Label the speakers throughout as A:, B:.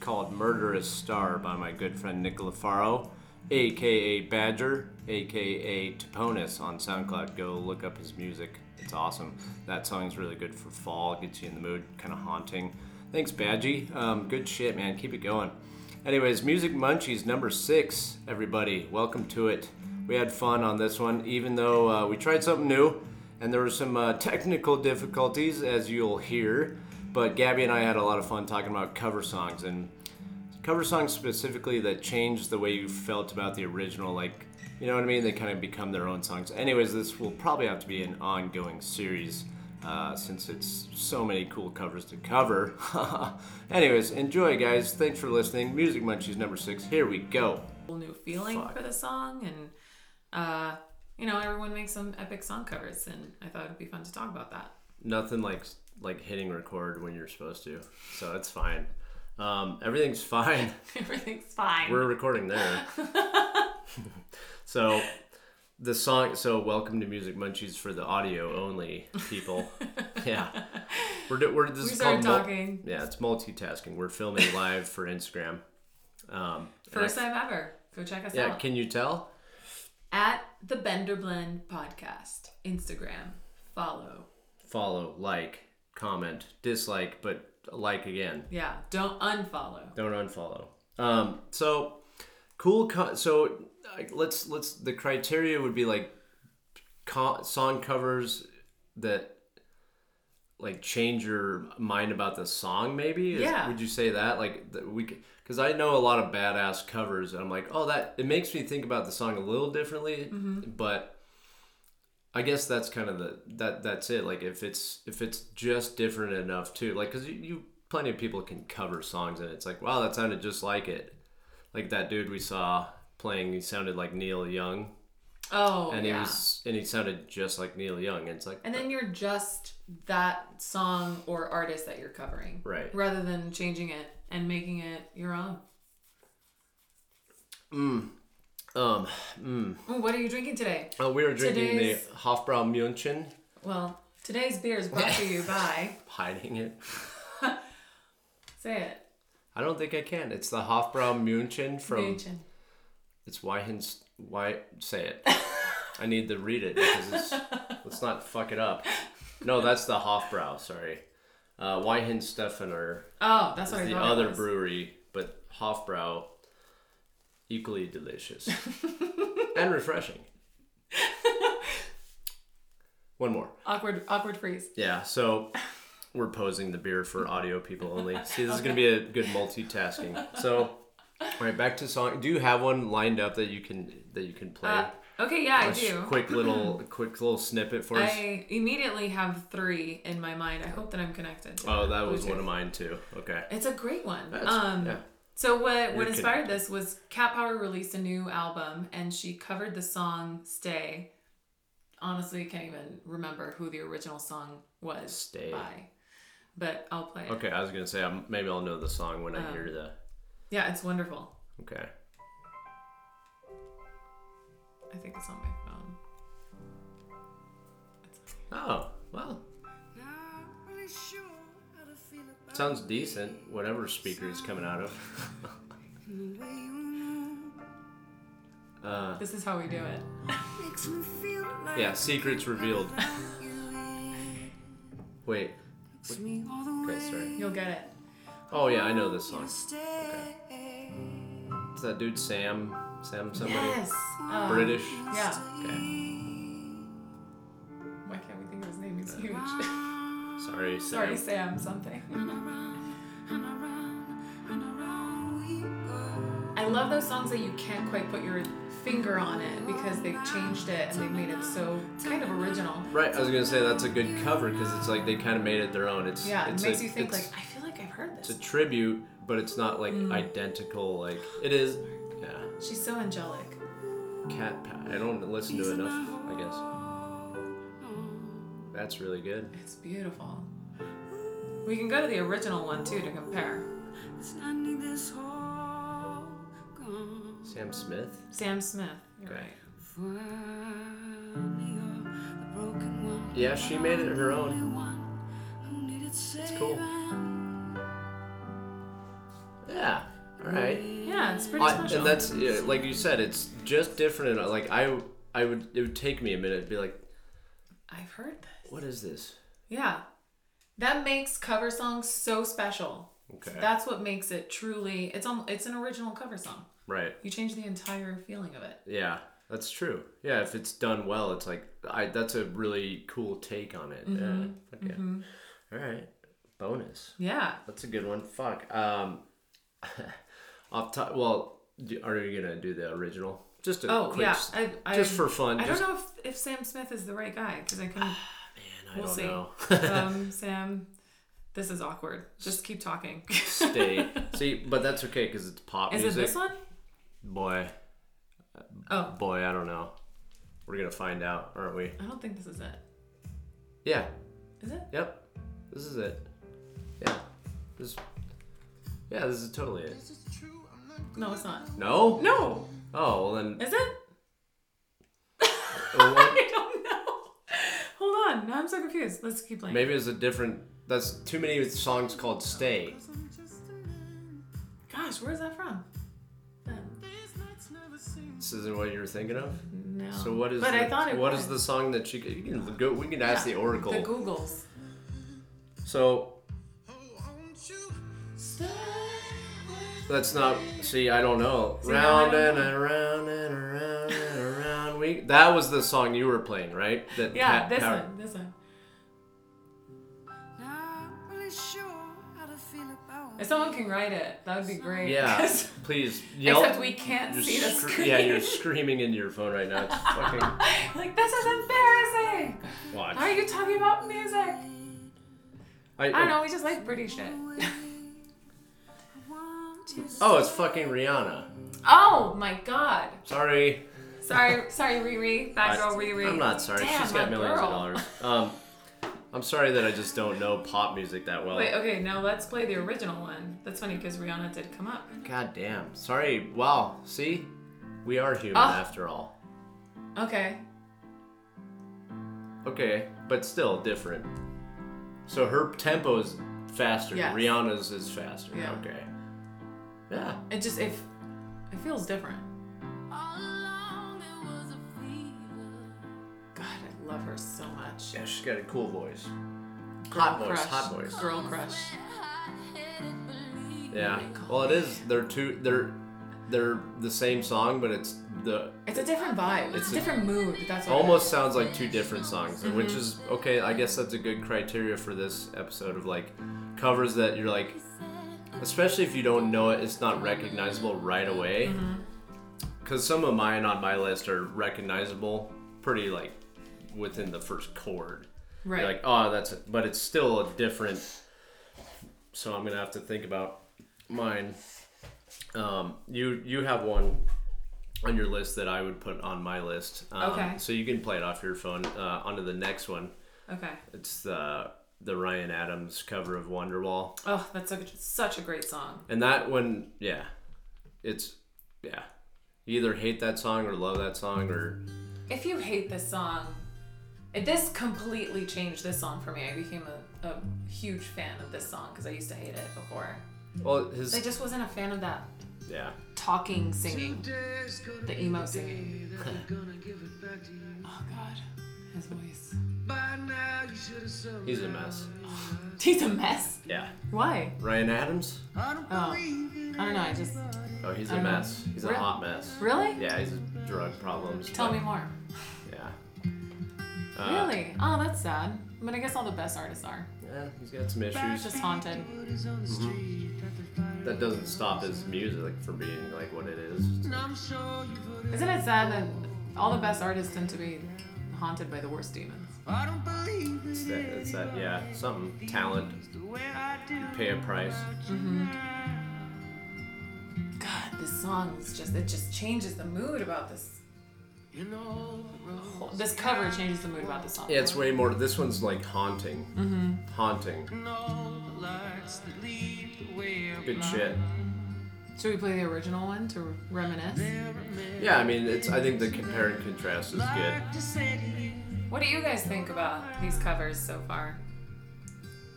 A: called Murderous Star by my good friend Nick LaFaro, aka Badger, aka Toponis on SoundCloud. Go look up his music. It's awesome. That song's really good for fall, gets you in the mood, kind of haunting. Thanks, Badgie. Um, good shit, man. Keep it going. Anyways, Music Munchies number six, everybody. Welcome to it. We had fun on this one, even though uh, we tried something new and there were some uh, technical difficulties, as you'll hear. But Gabby and I had a lot of fun talking about cover songs and cover songs specifically that change the way you felt about the original. Like, you know what I mean? They kind of become their own songs. Anyways, this will probably have to be an ongoing series uh, since it's so many cool covers to cover. Anyways, enjoy, guys. Thanks for listening. Music Munchies number six. Here we go.
B: whole new feeling
A: Fuck.
B: for the song and uh you know everyone makes some epic song covers and i thought it'd be fun to talk about that
A: Nothing like like hitting record when you're supposed to, so it's fine. Um, everything's fine.
B: everything's fine
A: We're recording there. so the song so welcome to Music Munchies for the audio only people. yeah. We're do, we're this
B: we
A: is called
B: started
A: mul-
B: talking
A: yeah, it's multitasking. We're filming live for Instagram. Um and I-
B: first time ever go check us
A: yeah,
B: out
A: can you tell?
B: at the bender blend podcast instagram follow
A: Follow, like, comment, dislike, but like again.
B: yeah don't unfollow
A: Don't unfollow. Um, so cool. Co- so uh, let's let's the criteria would be like co- song covers that like change your mind about the song. Maybe Is-
B: Yeah.
A: Would you say that like that we? Because I know a lot of badass covers, and I'm like, oh, that it makes me think about the song a little differently. But I guess that's kind of the that that's it. Like if it's if it's just different enough too, like because you, you plenty of people can cover songs and it's like wow that sounded just like it, like that dude we saw playing he sounded like Neil Young
B: oh
A: and
B: yeah
A: he was and he sounded just like Neil Young and it's like
B: and then you're just that song or artist that you're covering
A: Right.
B: rather than changing it and making it your own
A: um mm.
B: Ooh, what are you drinking today
A: Uh, we were drinking
B: Today's-
A: the Hofbrau München
B: Well, today's beer is brought to you by.
A: hiding it
B: Say it.
A: I don't think I can it's the Hofbrau München from
B: München.
A: It's Weihen's. Why say it? I need to read it because it's. let's not fuck it up. No, that's the Hofbrau. Sorry, uh, Weihenstephaner
B: Oh, that's what
A: is
B: I
A: the
B: thought. it
A: other
B: was.
A: brewery, but Hofbrau equally delicious and refreshing. One more.
B: Awkward, awkward freeze.
A: Yeah, so we're posing the beer for audio people only. See, this is gonna be a good multitasking. So, all right, back to song. Do you have one lined up that you can that you can play?
B: Uh, okay, yeah, I
A: A sh-
B: do.
A: Quick little quick little snippet for us.
B: I immediately have three in my mind. I hope that I'm connected. to
A: oh,
B: the
A: that was
B: Bluetooth.
A: one of mine too. Okay.
B: It's a great one.
A: That's-
B: um,
A: yeah.
B: So what
A: You're
B: what inspired this was Cat Power released a new album and she covered the song "Stay." Honestly, can't even remember who the original song was
A: Stay.
B: by, but I'll play it.
A: Okay, I was gonna say I'm, maybe I'll know the song when
B: Oh.
A: I hear the.
B: Yeah, it's wonderful.
A: Okay.
B: I think it's on my phone.
A: Oh well,
C: Not really sure how to feel about
A: sounds decent. Whatever speaker it's coming out of.
C: the way you move.
A: Uh,
B: This is how we do it.
C: Makes me feel like
A: yeah, secrets revealed.
C: you in.
A: Wait.
C: Takes me all the
A: Okay,
C: way
A: sorry.
B: You'll get it.
A: Oh yeah, I know this song.
C: to stay.
A: It's that dude Sam. Sam somebody.
B: Yes. Um,
A: British.
B: Yeah.
A: Okay.
B: Why can't we think of his name?
A: Uh,
B: He's huge.
A: Sorry, Sam.
B: Sorry, Sam. Something.
C: And around and around we go.
B: I love those songs that you can't quite put your finger on it because they've changed it and they've made it so kind of original.
A: Right, I was gonna say that's a good cover because it's like they kind of made it their own. It's
B: Yeah,
A: it's
B: it makes
A: a,
B: you think like Mm.
A: it's-
B: I feel like I've heard
A: it's
B: this.
A: a tribute, but it's not like identical. Like it is. Yeah,
B: She's so angelic.
A: cat. Pa- I don't listen to enough. I guess that's really good.
B: It's beautiful. We can go to the original one too to compare.
C: It's not need this whole gone.
A: Sam Smith.
B: Sam Smith. You're
A: Okay.
B: right.
C: Finally, you're the broken one.
A: Yeah, she made it her
C: The
A: own.
C: one who needed
A: cool.
C: saving.
A: Yeah, All right.
B: Yeah, it's pretty
A: I,
B: special.
A: and that's yeah, like you said, it's just different. And like I, I would it would take me a minute to be like,
B: I've heard this.
A: what is this?
B: Yeah. That makes cover songs so special.
A: Okay.
B: That's what makes it truly it's um, it's an original cover song.
A: right.
B: You change the entire feeling of it.
A: Yeah, that's true. Yeah, if it's done well, it's like I. That's a really cool take on it.
B: Mm-hmm.
A: Yeah. Fuck yeah. All right. Bonus.
B: Yeah.
A: That's a good one. Fuck. Um. off top. Well, do, are you gonna do the original? Just a
B: Oh
A: quick.
B: yeah.
A: s-
B: I, I,
A: just for fun.
B: I
A: just,
B: don't know if, if Sam Smith is the right guy because I couldn't.
A: Man, I
B: We'll
A: don't
B: see.
A: know.
B: um, Sam, this is awkward. Just keep talking.
A: Stay. See, but that's okay because it's pop
B: Is it
A: music.
B: this one?
A: Boy,
B: Oh,
A: boy, I don't know. We're gonna find out, aren't we?
B: I don't think this is it.
A: Yeah.
B: Is it?
A: Yep. This is it. Yeah. This. Yeah, this is totally it.
B: No, it's not.
A: No.
B: No.
A: Oh, well then.
B: Is it?
A: well, what-
B: I don't know. Hold on. Now I'm so confused. Let's keep playing.
A: Maybe it's a different. That's too many songs called "Stay."
B: Gosh, where's that from? Uh,
A: This isn't what you were thinking of.
B: No.
A: So what is?
B: But
A: the,
B: I thought it
A: what
B: was.
A: is the song that you, could- you can go? We can ask the oracle.
B: The Googles.
A: so That's not. See, I don't know.
B: See, now I
A: round and
B: don't know.
A: around and around and around. We. That was the song you were playing, right? That
B: Yeah,
A: Pat
B: this
A: Power-
B: one. This one.
C: Not really sure how to feel about
B: If someone can write it, that would be great.
A: Yeah.
B: 'cause-
A: Please yell.
B: Except we can't
A: You're
B: see the
A: scre-
B: screen.
A: Yeah, you're screaming into your phone right now. It's fucking.
B: like this is embarrassing.
A: Watch.
B: Why are you talking about music? I don't know. We just like British shit.
A: Oh, it's fucking Rihanna.
B: Oh my god.
A: Sorry.
B: Sorry, sorry, Riri. Bad girl, Riri.
A: I'm not sorry.
B: Damn,
A: She's got
B: my
A: millions
B: girl.
A: of dollars. Um, I'm sorry that I just don't know pop music that well.
B: Wait, okay, now let's play the original one. That's funny because Rihanna did come up.
A: God damn. Sorry. Wow. See, we are human
B: Ah.
A: after all.
B: Okay.
A: Okay, but still different. So her tempo is faster.
B: Yes.
A: Rihanna's is faster.
B: Yeah.
A: Okay. Yeah.
B: It just if it feels different. God, I love her so much.
A: Yeah, she's got a cool voice.
B: Girl
A: hot voice.
B: crush.
A: Hot voice.
B: Girl crush.
A: Yeah. Well, it is. They're two. They're they're the same song, but it's the
B: It's a different vibe. It's a different mood. That's what it
A: almost sounds like two different songs, which is okay. I guess that's a good criteria for this episode of like covers that you're like, especially if you don't know it, it's not recognizable right away. Because some of mine on my list are recognizable, pretty like within the first chord.
B: is.
A: You're
B: right.
A: like, oh, that's it. But it's still a different. So I'm gonna have to think about mine. Um, you you have one on your list that I would put on my list. Um,
B: Okay.
A: So you can play it off your phone. Uh, onto the next one.
B: okay.
A: It's the the Ryan Adams cover of Wonderwall,
B: Oh, that's such a, such a great song.
A: and that one, yeah, it's yeah. You either hate that song or love that song or
B: If you hate this song, it- this completely changed this song for me. I became a, a huge fan of this song because I used to hate it before.
A: well
B: I
A: his
B: just wasn't a fan of that
A: yeah.
B: talking singing,
C: The
B: the emo singing.
C: gonna give it back to you.
B: Oh God, his voice.
C: By now you should have somehow
A: He's a mess.
B: He's a mess.
A: Yeah.
B: Why?
A: Ryan Adams.
C: I don't
B: Oh,
C: believe
B: I don't know. I just
A: Oh, he's
B: I
A: a
B: don't know.
A: mess. He's a
B: Really?
A: hot mess.
B: really.
A: Yeah, he's drug problems.
B: Tell
A: but-
B: me more.
A: Yeah. Uh,
B: really? Oh, that's sad. But I guess all the best artists are.
A: Yeah, he's got some
B: It's
A: issues.
B: just haunted.
C: what is on the street at the fire.
A: That doesn't stop his music from being like what it is.
C: And I'm sure you've heard it.
B: Isn't it sad that all the best artists tend to be haunted by the worst demons?
C: I don't believe
A: It's that, it's that yeah, something talent,
C: it's the way I do.
A: pay a price.
B: God, this song is just it just changes the mood about this.
C: You know, bro.
B: This cover changes the mood about this song.
A: Yeah, it's way more. This one's like haunting,
B: Mm-hmm.
A: haunting.
C: No lights that lead the way of
A: Good
C: life.
A: shit.
B: Should we play the original one to reminisce?
A: Yeah, I mean, it's. I think the compare and contrast is good.
C: Like to say to you,
B: What do you guys think about these covers so far?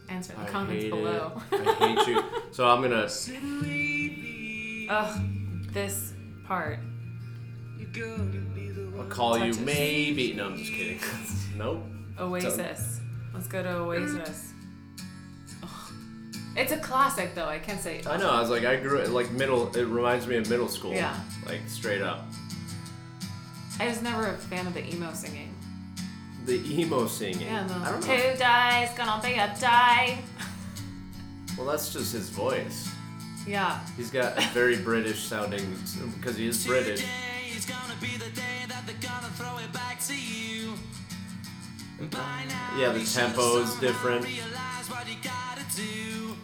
B: Answer in the
A: I
B: comments
A: hate
B: below.
A: it. I hate you. So I'm gonna.
C: didn't we be
B: Ugh, this part.
C: You gotta be the
A: I'll
C: one.
A: call you
B: Touches.
A: maybe. No, I'm just kidding. nope.
B: Oasis. Let's go to Oasis. Ugh. It's a classic though. I can't say.
A: I know. I was like, I grew like middle. It reminds me of middle school.
B: Yeah.
A: Like straight up.
B: I was never a fan of the emo singing.
A: The emo singing.
B: Yeah,
A: I
B: no.
A: don't know.
B: Two dies, gonna be a die.
A: Well, that's just his voice.
B: Yeah.
A: He's got a very British sounding because he is British.
D: Today is gonna be the day that they're gonna throw it back to you. By now,
A: Yeah, the
D: you should've
A: tempo is
D: somehow
A: different.
D: realized what you gotta do.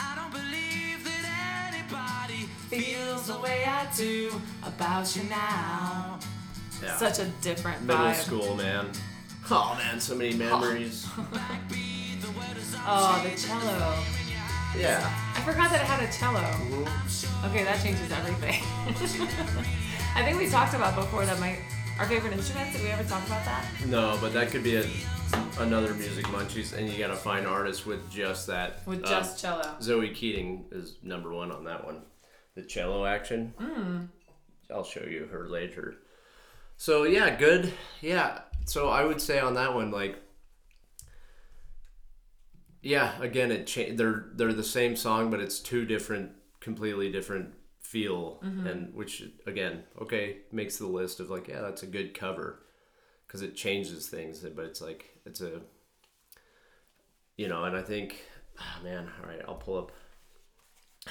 D: I don't believe that anybody
B: Feels the way I do about you now.
A: Yeah.
B: Such a different
A: middle
B: vibe.
A: school man. Oh man, so many memories.
B: Oh, the cello.
A: Yeah.
B: I forgot that it had a cello. Okay, that changes everything. I think we talked about before that my our favorite instruments. Did we ever talk about that?
A: No, but that could be a, another music munchies, and you gotta find artists with just that.
B: With
A: Uh,
B: just cello.
A: Zoe Keating is number one on that one. The cello action. I'll show you her later. So yeah, good. Yeah. So I would say on that one, like, yeah. Again, it cha- they're they're the same song, but it's two different, completely different feel, and which again, okay, makes the list of like, yeah, that's a good cover because it changes things, but it's like it's a, you know, and I think, ah, man, all right, I'll pull up.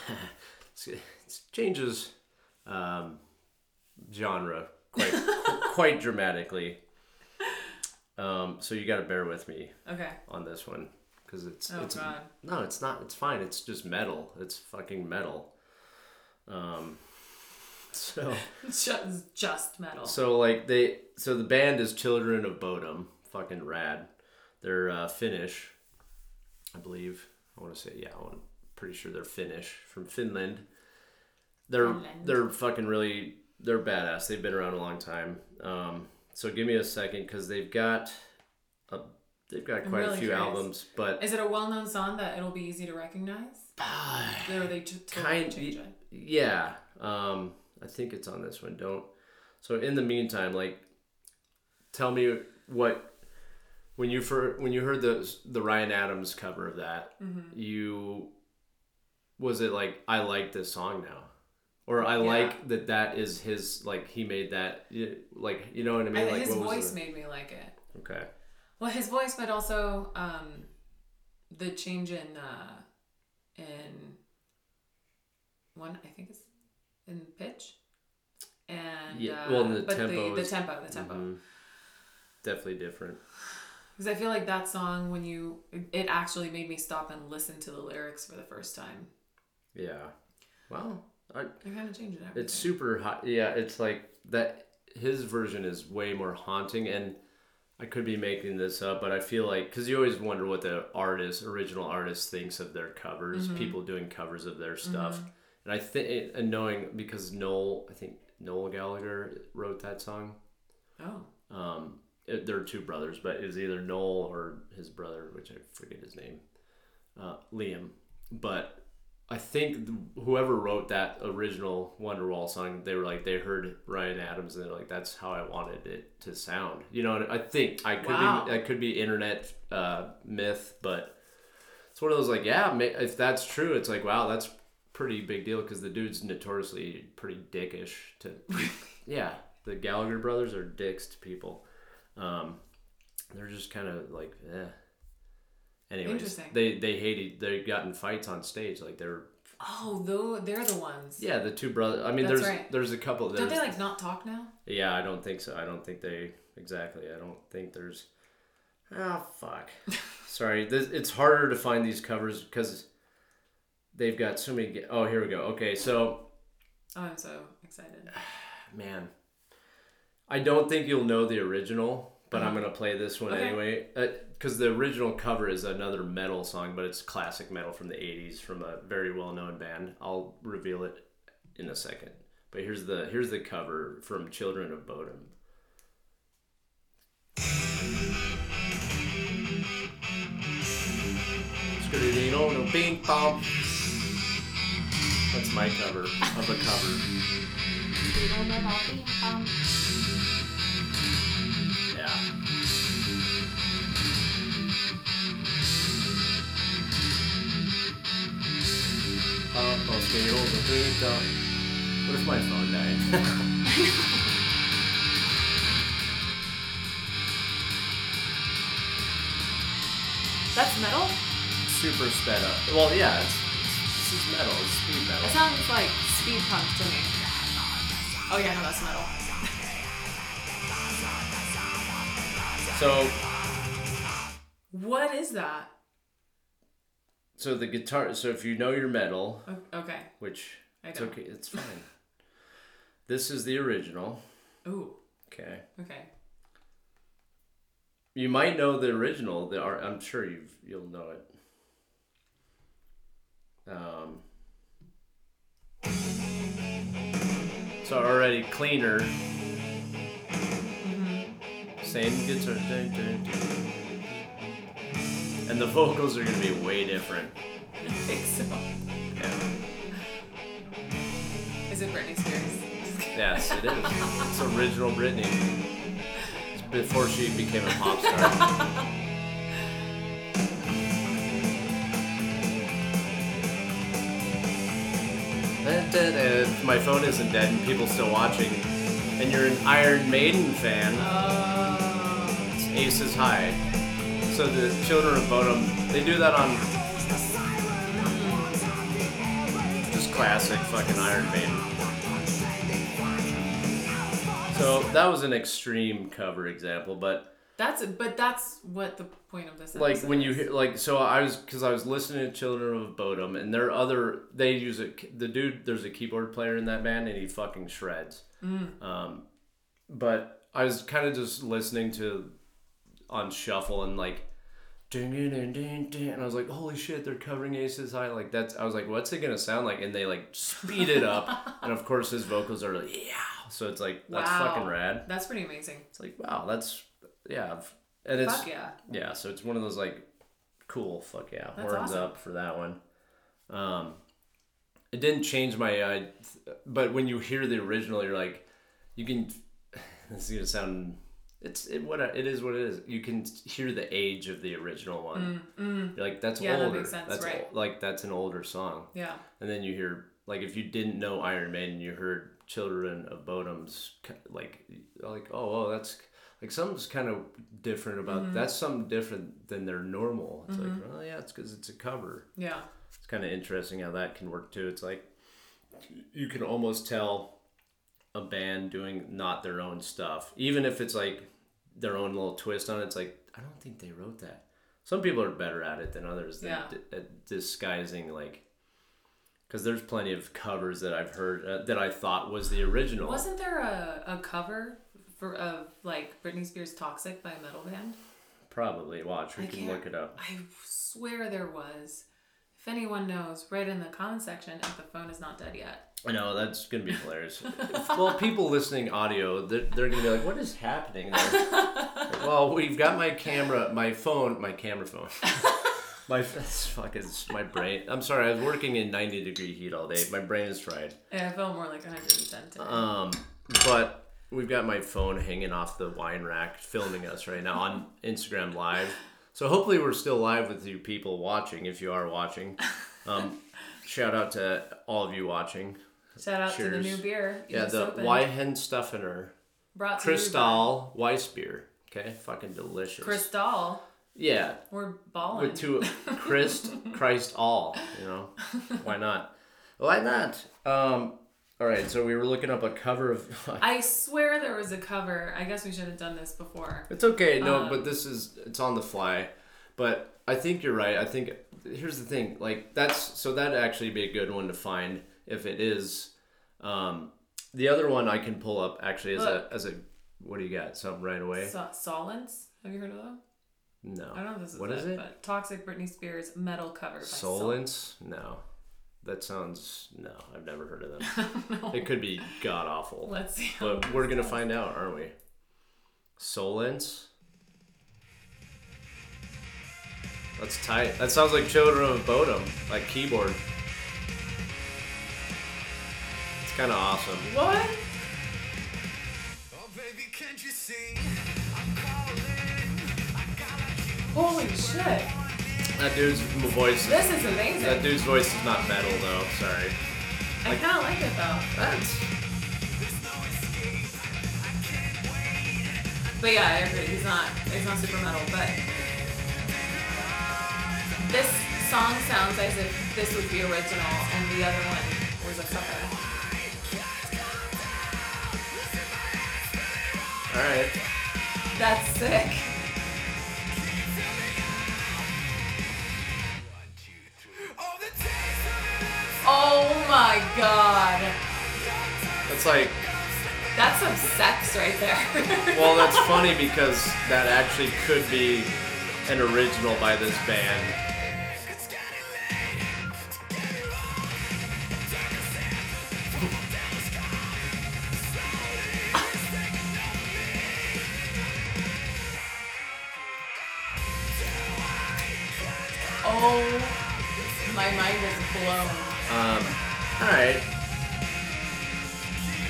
A: It's- it changes um, genre quite quite dramatically. Um, so you got to bear with me
B: Okay.
A: on this one because it's
B: Oh
A: it's
B: God.
A: no, it's not. It's fine. It's just metal. It's fucking metal. Um, so.
B: Just, just metal.
A: So like they, so the band is Children of Bodom, fucking rad. They're uh, Finnish, I believe. I want to say yeah. I'm pretty sure they're Finnish from Finland. They're
B: Finland.
A: they're fucking really they're badass. They've been around a long time. Um, so give me a second because they've got a, they've got quite a
B: really
A: few
B: curious.
A: albums, but
B: Is it a well-known song that it'll be easy to recognize?
A: Ah,
B: Or they t- totally
A: kind
B: change it?
A: yeah um i think it's on this one don't so in the meantime like tell me what when you for when you heard the the ryan adams cover of that
B: Mm-hmm.
A: you was it like i like this song now or i
B: Yeah.
A: like that that is his like he made that y- like you know what i mean
B: I-
A: like
B: his
A: what was
B: voice
A: the-
B: made me like it.
A: okay
B: Well, his voice, but also um, the change in uh, in one, I think it's in pitch, and
A: Yeah,
B: uh,
A: well, the
B: but
A: tempo
B: the,
A: is-
B: the tempo, the tempo.
A: Mhm. definitely different
B: Because I feel like that song, when you, it actually made me stop and listen to the lyrics for the first time.
A: yeah well I,
B: It kind of changed everything.
A: It's super hot. Yeah, it's like that. His version is way more haunting, and I could be making this up, but I feel like because you always wonder what the artist, original artist, thinks of their covers. People doing covers of their stuff, and I think and knowing because Noel, I think Noel Gallagher wrote that song.
B: oh,
A: Um, it, they're two brothers, but it was either Noel or his brother, which I forget his name, uh, Liam. But I think th- whoever wrote that original Wonderwall song, they were like they heard Ryan Adams and they're like, "That's how I wanted it to sound." You know, and I think I could
B: Wow.
A: be I could be internet uh, myth, but it's one of those like, yeah, ma- if that's true, it's like, wow, that's pretty big deal because the dude's notoriously pretty dickish to yeah the gallagher brothers are dicks to people um they're just kind of like eh. anyways
B: Interesting.
A: they they hated they got in fights on stage like they're
B: oh, though they're the ones.
A: yeah the two brothers i mean
B: That's
A: there's
B: right.
A: there's a couple
B: Don't
A: there's,
B: they like not talk now?
A: yeah i don't think so i don't think they exactly i don't think there's oh fuck sorry this, it's harder to find these covers because they've got so many ga- oh here we go okay so
B: Oh, I'm so excited.
A: man i don't think you'll know the original but i'm gonna play this one
B: Okay.
A: anyway because the original cover is another metal song but it's classic metal from the 80s from a very well-known band i'll reveal it in a second but here's the here's the cover from children of bodom Scooby-Doo, no, no, bing, bong.
E: That's my cover of a cover.
F: Beetle Red Alfie, um,
E: Yeah. Uh, most day old, but we ain't done. What if my phone died?
F: That's metal?
E: Super sped up. Well, yeah, it's, it's, this is metal. It's speed metal.
B: That sounds like speed punk to me. Oh yeah, no, that's metal.
A: So,
B: What is that?
A: so the guitar. So if you know your metal,
B: O- Okay.
A: which
B: I
A: it's
B: don't.
A: okay, it's fine. this is the original.
B: Ooh.
A: Okay.
B: Okay.
A: You might know the original. The ar- I'm sure you have you'll know it. Um. So already cleaner. Same guitar, dun, dun, dun. and the vocals are gonna be way different.
B: I think so.
A: Yeah.
B: Is it Britney Spears?
A: Yes, it is. it's original Britney. It's before she became a pop star. If My phone isn't dead and people still watching, and you're an Iron Maiden fan.
B: Oh.
A: It's Aces High. So the Children of Bodom, they do that on just classic fucking Iron Maiden. So that was an extreme cover example, but
B: That's but that's what the point of this.
A: like
B: episode
A: when you
B: is.
A: hear like so I was because I was listening to Children of Bodom and their other they use a the dude there's a keyboard player in that band and he fucking shreds.
B: Mm.
A: Um, but I was kind of just listening to on shuffle and like. Ding, ding, ding, ding, ding. And I was like, "Holy shit, they're covering Aces High!" Like that's. I was like, "What's it gonna sound like?" And they like speed it up, and of course his vocals are like, "Yeah." So it's like that's
B: Wow.
A: fucking rad.
B: That's pretty amazing.
A: It's like, wow, that's yeah, I've- and it's
B: Fuck yeah.
A: yeah, so it's one of those like cool fuck yeah
B: That's
A: horns
B: awesome.
A: up for that one. Um, it didn't change my, uh, but when you hear the original, you're like, you can. This is gonna sound. It's it what it is what it is. You can hear the age of the original one. You're like that's
B: Mm, Yeah, that
A: older.
B: makes sense,
A: that's
B: right.
A: ol- like that's an older song.
B: Yeah.
A: And then you hear like if you didn't know Iron Maiden, you heard Children of Bodom's k- like like oh oh that's like something's kind of different about that's something different than their normal. It's like oh yeah, it's because it's a cover.
B: Yeah.
A: It's kind of interesting how that can work too. It's like you can almost tell a band doing not their own stuff, even if it's like their own little twist on it. It's like I don't think they wrote that. Some people are better at it than others than
B: Yeah.
A: di- at disguising like because there's plenty of covers that I've heard uh, that I thought was the original.
B: Wasn't there a, a cover for of like Britney Spears "Toxic" by a metal band?
A: Probably watch. We
B: I
A: can
B: can't-
A: look it up.
B: I swear there was. If anyone knows, write in the comment section if the phone is not dead yet.
A: I know that's gonna be hilarious. well, people listening audio, they're, they're gonna be like, "What is happening?" there?" well, we've got my camera, my phone, my camera phone. my f- it's fucking it's my brain. I'm sorry, I was working in 90 degree heat all day. My brain is fried.
B: Yeah, I felt more like 110 today.
A: Um, but we've got my phone hanging off the wine rack, filming us right now on Instagram Live. So hopefully we're still live with you people watching. If you are watching, um, shout out to all of you watching.
B: Shout out to the
A: cheers.
B: new beer. you
A: Yeah,
B: just
A: the
B: opened.
A: Weihenstephaner
B: Brought to you by
A: Cristal Weiss beer. Okay, fucking delicious.
B: Cristal.
A: yeah,
B: We're balling.
A: with two Christ, Christ all. You know, why not? Why not? Um, all right, so we were looking up a cover of.
B: I swear there was a cover. I guess we should have done this before.
A: it's okay,
B: Uh,
A: no, but this is it's on the fly. But I think you're right. I think here's the thing, like that's so that'd actually be a good one to find if it is. Um, the other one I can pull up actually as
B: Look.
A: a as a what do you got? Something right away?
B: So- Solence? Have you heard of them?
A: no.
B: I don't know if this is
A: What
B: it,
A: is it?
B: But Toxic Britney Spears metal cover by Solence.
A: Solence? No. That sounds no, I've never heard of them. It could be god awful.
B: Let's see.
A: But we're gonna find out, aren't we? Solence? That's tight. That sounds like Children of Bodom, like keyboard. kind of awesome.
F: What? Holy shit.
A: That dude's voice.
B: This is amazing.
A: That dude's voice is not metal though. Sorry.
B: I kind of like it though.
A: That's.
B: But yeah, I agree. He's not. He's not super metal, but this song sounds as if this was the original and the other one was a cover.
A: All right.
B: That's sick. Oh my god.
A: That's like.
B: That's some sex right there.
A: Well, that's funny because that actually could be an original by this band.
B: oh, my mind is blown.
A: Um. All right.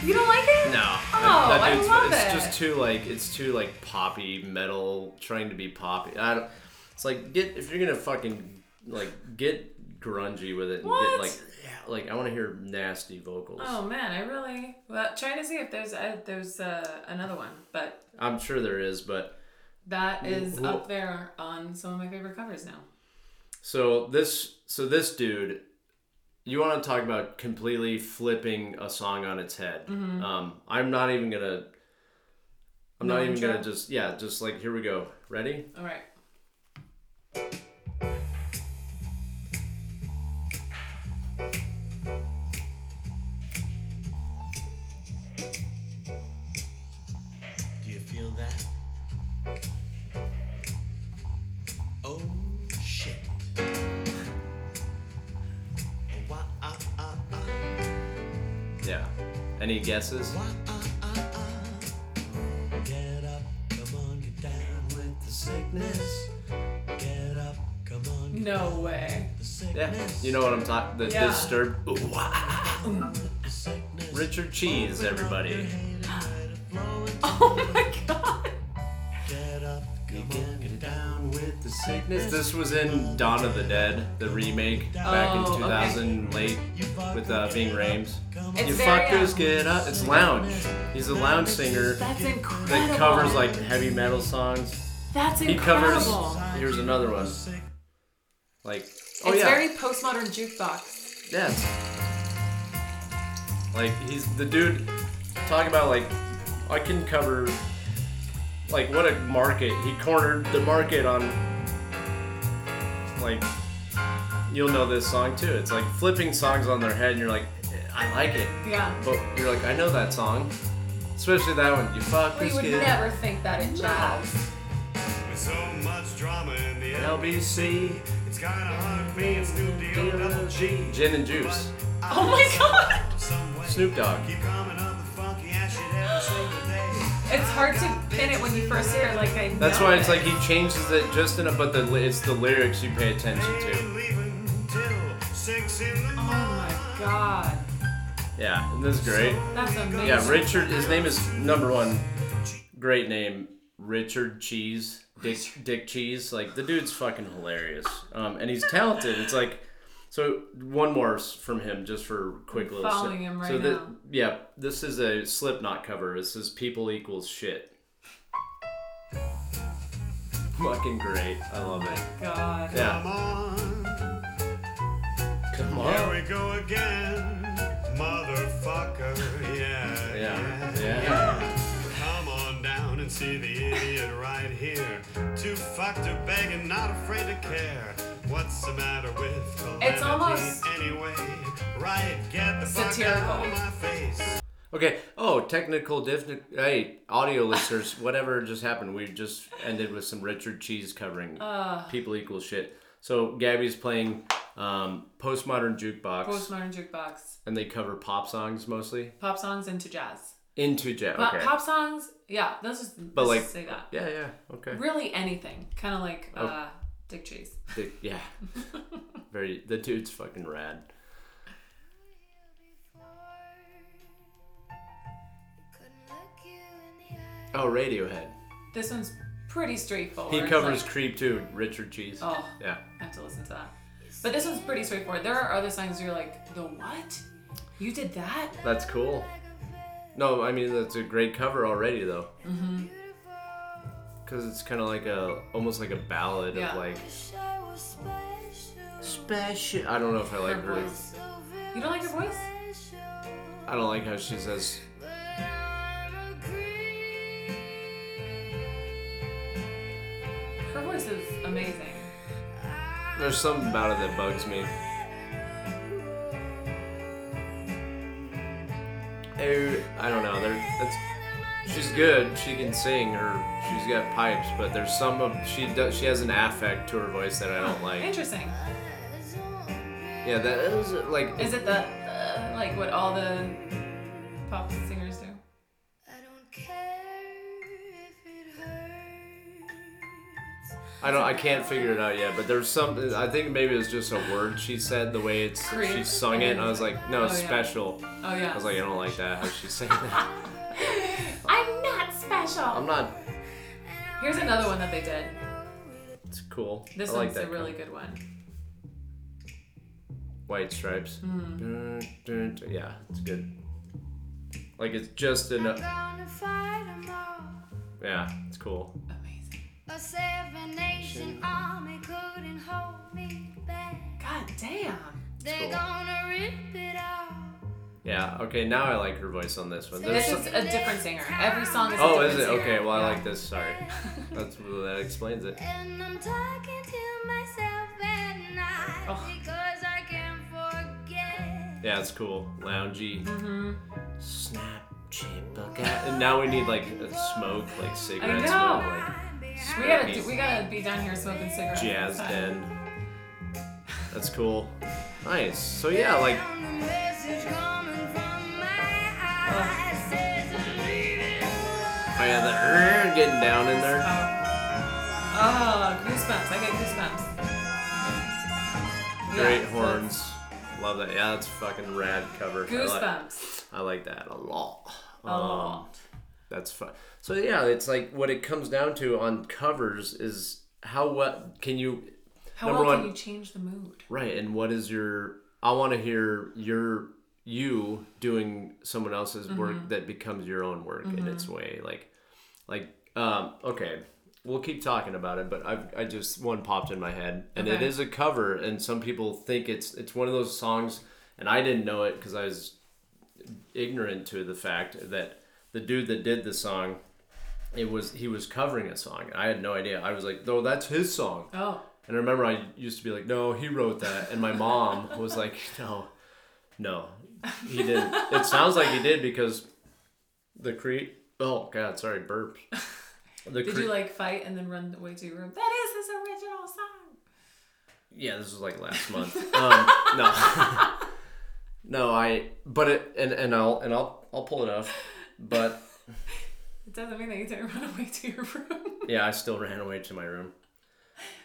B: You don't like it?
A: No. that-
B: Oh,
A: that,
B: I
A: dude's-
B: love
A: it's
B: it.
A: just too like it's too like poppy metal, trying to be poppy. I don't, it's like get if you're gonna fucking like get grungy with it and get
B: What?
A: like yeah, like I want to hear nasty vocals.
B: Oh man, I really well trying to see if there's uh, there's uh, another one, but
A: I'm sure there is, but
B: that is
A: who-
B: up there on some of my favorite covers now.
A: so this so this dude. You want to talk about completely flipping a song on its head? Um, I'm not even gonna. I'm
B: Mm-hmm. No
A: not even
B: intro?
A: gonna just yeah, just like here we go. Ready?
B: All right.
D: Do you feel that? Oh shit. Wah, ah, ah, ah.
A: Yeah. Any guesses?
D: Wah, ah, ah, ah. Get up, come on, get down with the sickness. Get up, come on, get
B: No way.
D: the
A: Yeah,
D: sickness.
A: you know what I'm talking. The
B: Yeah.
A: disturbed. Ooh, wah.
D: the sickness.
A: Richard Cheese, everybody.
B: Oh my god.
D: Get up, come on, get down with the
A: This,
D: sickness.
A: this was in Dawn of the Dead, the remake back
B: Oh,
A: in
B: okay.
A: 2000 late with uh, Ving Rhames.
B: It's
A: you
B: very,
A: fuckers
B: um,
A: get up. It's lounge. He's a lounge singer
B: That's incredible.
A: that covers like heavy metal songs.
B: That's
A: He
B: incredible.
A: covers. Here's another one. Like, oh
B: it's
A: yeah,
B: very postmodern jukebox.
A: yeah. it's- Like he's the dude. Talk about like I can cover. Like what a market he cornered the market on. Like you'll know this song too. It's like flipping songs on their head, and you're like, I like it,
B: Yeah.
A: but you're like, I know that song, especially that one. You fuck
B: We
A: this
B: would
A: kid.
B: never think that in jazz.
G: With so much drama in the end,
A: LBC,
G: it's kind of hard to be a Snoop D.O. double G.
A: gin and juice,
B: Oh my god.
G: Some way,
A: Snoop Dogg.
G: keep coming up with funky ass shit every single day.
B: It's hard to pin it when you first hear it. Like I.
A: That's
B: know
A: why it's
B: it.
A: like he changes it just enough, but the li- it's the lyrics you pay attention to.
G: Ain't leaving till six in the
B: Oh my god.
A: Yeah, and this is great.
B: That's amazing.
A: Yeah, Richard. His name is number one. Great name, Richard Cheese. Dick Dick Cheese. Like the dude's fucking hilarious. Um, and he's talented. It's like, so one more s- from him just for quick little.
B: following
A: sip.
B: him
A: so
B: right
A: thi-
B: now.
A: yeah, this is a Slipknot cover. This is people equals shit. Fucking great. I love it.
B: Oh God.
G: Come
A: Yeah.
G: on,
A: Come
G: here
A: on.
G: we go again, motherfucker. Yeah,
A: Yeah. Yeah.
G: Come on down and see the idiot right here. Too fucked to beg and not afraid to care. What's the matter with calamity
B: It's almost-
G: anyway? Right, get the
B: Satirical.
G: fuck out of my face.
A: Okay. Oh, technical diff. Hey, audio listeners, whatever just happened, we just ended with some Richard Cheese covering "People Equal Shit." So Gabby's playing um, postmodern jukebox,
B: Postmodern jukebox.
A: and they cover pop songs mostly
B: Pop songs into jazz.
A: into jazz.
B: But
A: Okay,
B: pop songs, yeah, those just,
A: but
B: let's
A: like,
B: just say that.
A: yeah, yeah, okay,
B: Really anything. Kind of like
A: Oh.
B: uh, Dick Cheese.
A: The- yeah, very. The dude's fucking rad. Oh, Radiohead.
B: This one's pretty straightforward.
A: He
B: It's
A: covers
B: like-
A: Creep too. Richard Cheese.
B: oh,
A: Yeah.
B: I have to listen to that. But this one's pretty straightforward. There are other songs where you're like, the what? You did that?
A: That's cool. No, I mean that's a great cover already though. Mm-hmm. Cause it's kind of like a, almost like a ballad
B: Yeah.
A: of like. Special. I don't know if I like her.
B: Her voice. You don't like her voice?
A: I don't like how she says.
B: Her voice is amazing.
A: There's something about it that bugs me. Eh, I don't know. There, that's. She's good. She can sing, or she's got pipes. But there's some of she does. She has an affect to her voice that I don't like.
B: Interesting.
A: Yeah, that is like
B: Is it the, uh, like what all the pop singers do?
A: I don't. I can't figure it out yet. But there's some. I think maybe it's just a word she said. The way it's
B: Creep.
A: she sung it, and I was like, no,
B: Oh,
A: it's
B: yeah.
A: special.
B: Oh yeah.
A: I was like, I don't like that. How she sang that.
F: I'm not special.
A: I'm not.
B: Here's another one that they did.
A: It's cool.
B: This
A: I like
B: one's
A: that.
B: a really good one.
A: White stripes.
B: Hmm.
A: Dun, dun, dun. Yeah, it's good. Like it's just enough. Yeah, it's cool.
B: Amazing.
H: A seven nation army couldn't hold me back.
B: God damn.
H: They're
A: cool.
H: gonna rip it off.
A: Yeah. Okay. Now I like her voice on this one. There's
B: This is
A: some-
B: a different singer. Every song is a
A: oh, is
B: different
A: it?
B: singer.
A: Okay. Well, I
B: Yeah.
A: like this. Sorry. That's that explains it.
H: And I'm talking to myself at night
B: Oh.
H: because I can't forget.
A: Yeah, it's cool. Loungy.
B: Mm-hmm.
A: Snap, chip, look at- And now we need like a smoke, like cigarette
B: know.
A: smoke,
B: We gotta do, we gotta be down here smoking
A: like
B: cigarettes.
A: jazz
B: outside.
A: den. That's cool. Nice. So yeah, like
H: Found a message coming from my eyes. Says I'm leaving.
A: I had oh, the "Urgh," getting down in
B: Oh.
A: there.
B: oh, goosebumps! I get goosebumps.
A: Great
B: Yeah, so
A: horns. Love that. Yeah, that's a fucking rad cover.
B: it's
A: I like,
B: Goosebumps.
A: I like that a lot. Um,
B: A lot.
A: That's fun. So yeah, it's like what it comes down to on covers is how well can you
B: How
A: number
B: well
A: one-
B: can you change the mood?
A: Right, and what is your? I want to hear your you doing someone else's work that becomes your own work in its way. Like, like um, okay, we'll keep talking about it, but I've I just one popped in my head, and it
B: Okay.
A: is a cover, and some people think it's it's one of those songs, and I didn't know it because I was ignorant to the fact that the dude that did the song. It was he was covering a song. I had no idea. I was like, "No, that's his song."
B: Oh,
A: And I remember I used to be like, no, he wrote that. And my mom was like, no, no, he didn't. It sounds like he did because the Cree. Oh, God, sorry, burps. The
B: did
A: Cree-
B: you like fight and then run away to your room? That is his original song.
A: Yeah, this was like last month. Um, no, no, I. But it and and I'll and I'll I'll pull it off. But
B: It doesn't mean that you didn't run away to your room.
A: yeah, I still ran away to my room.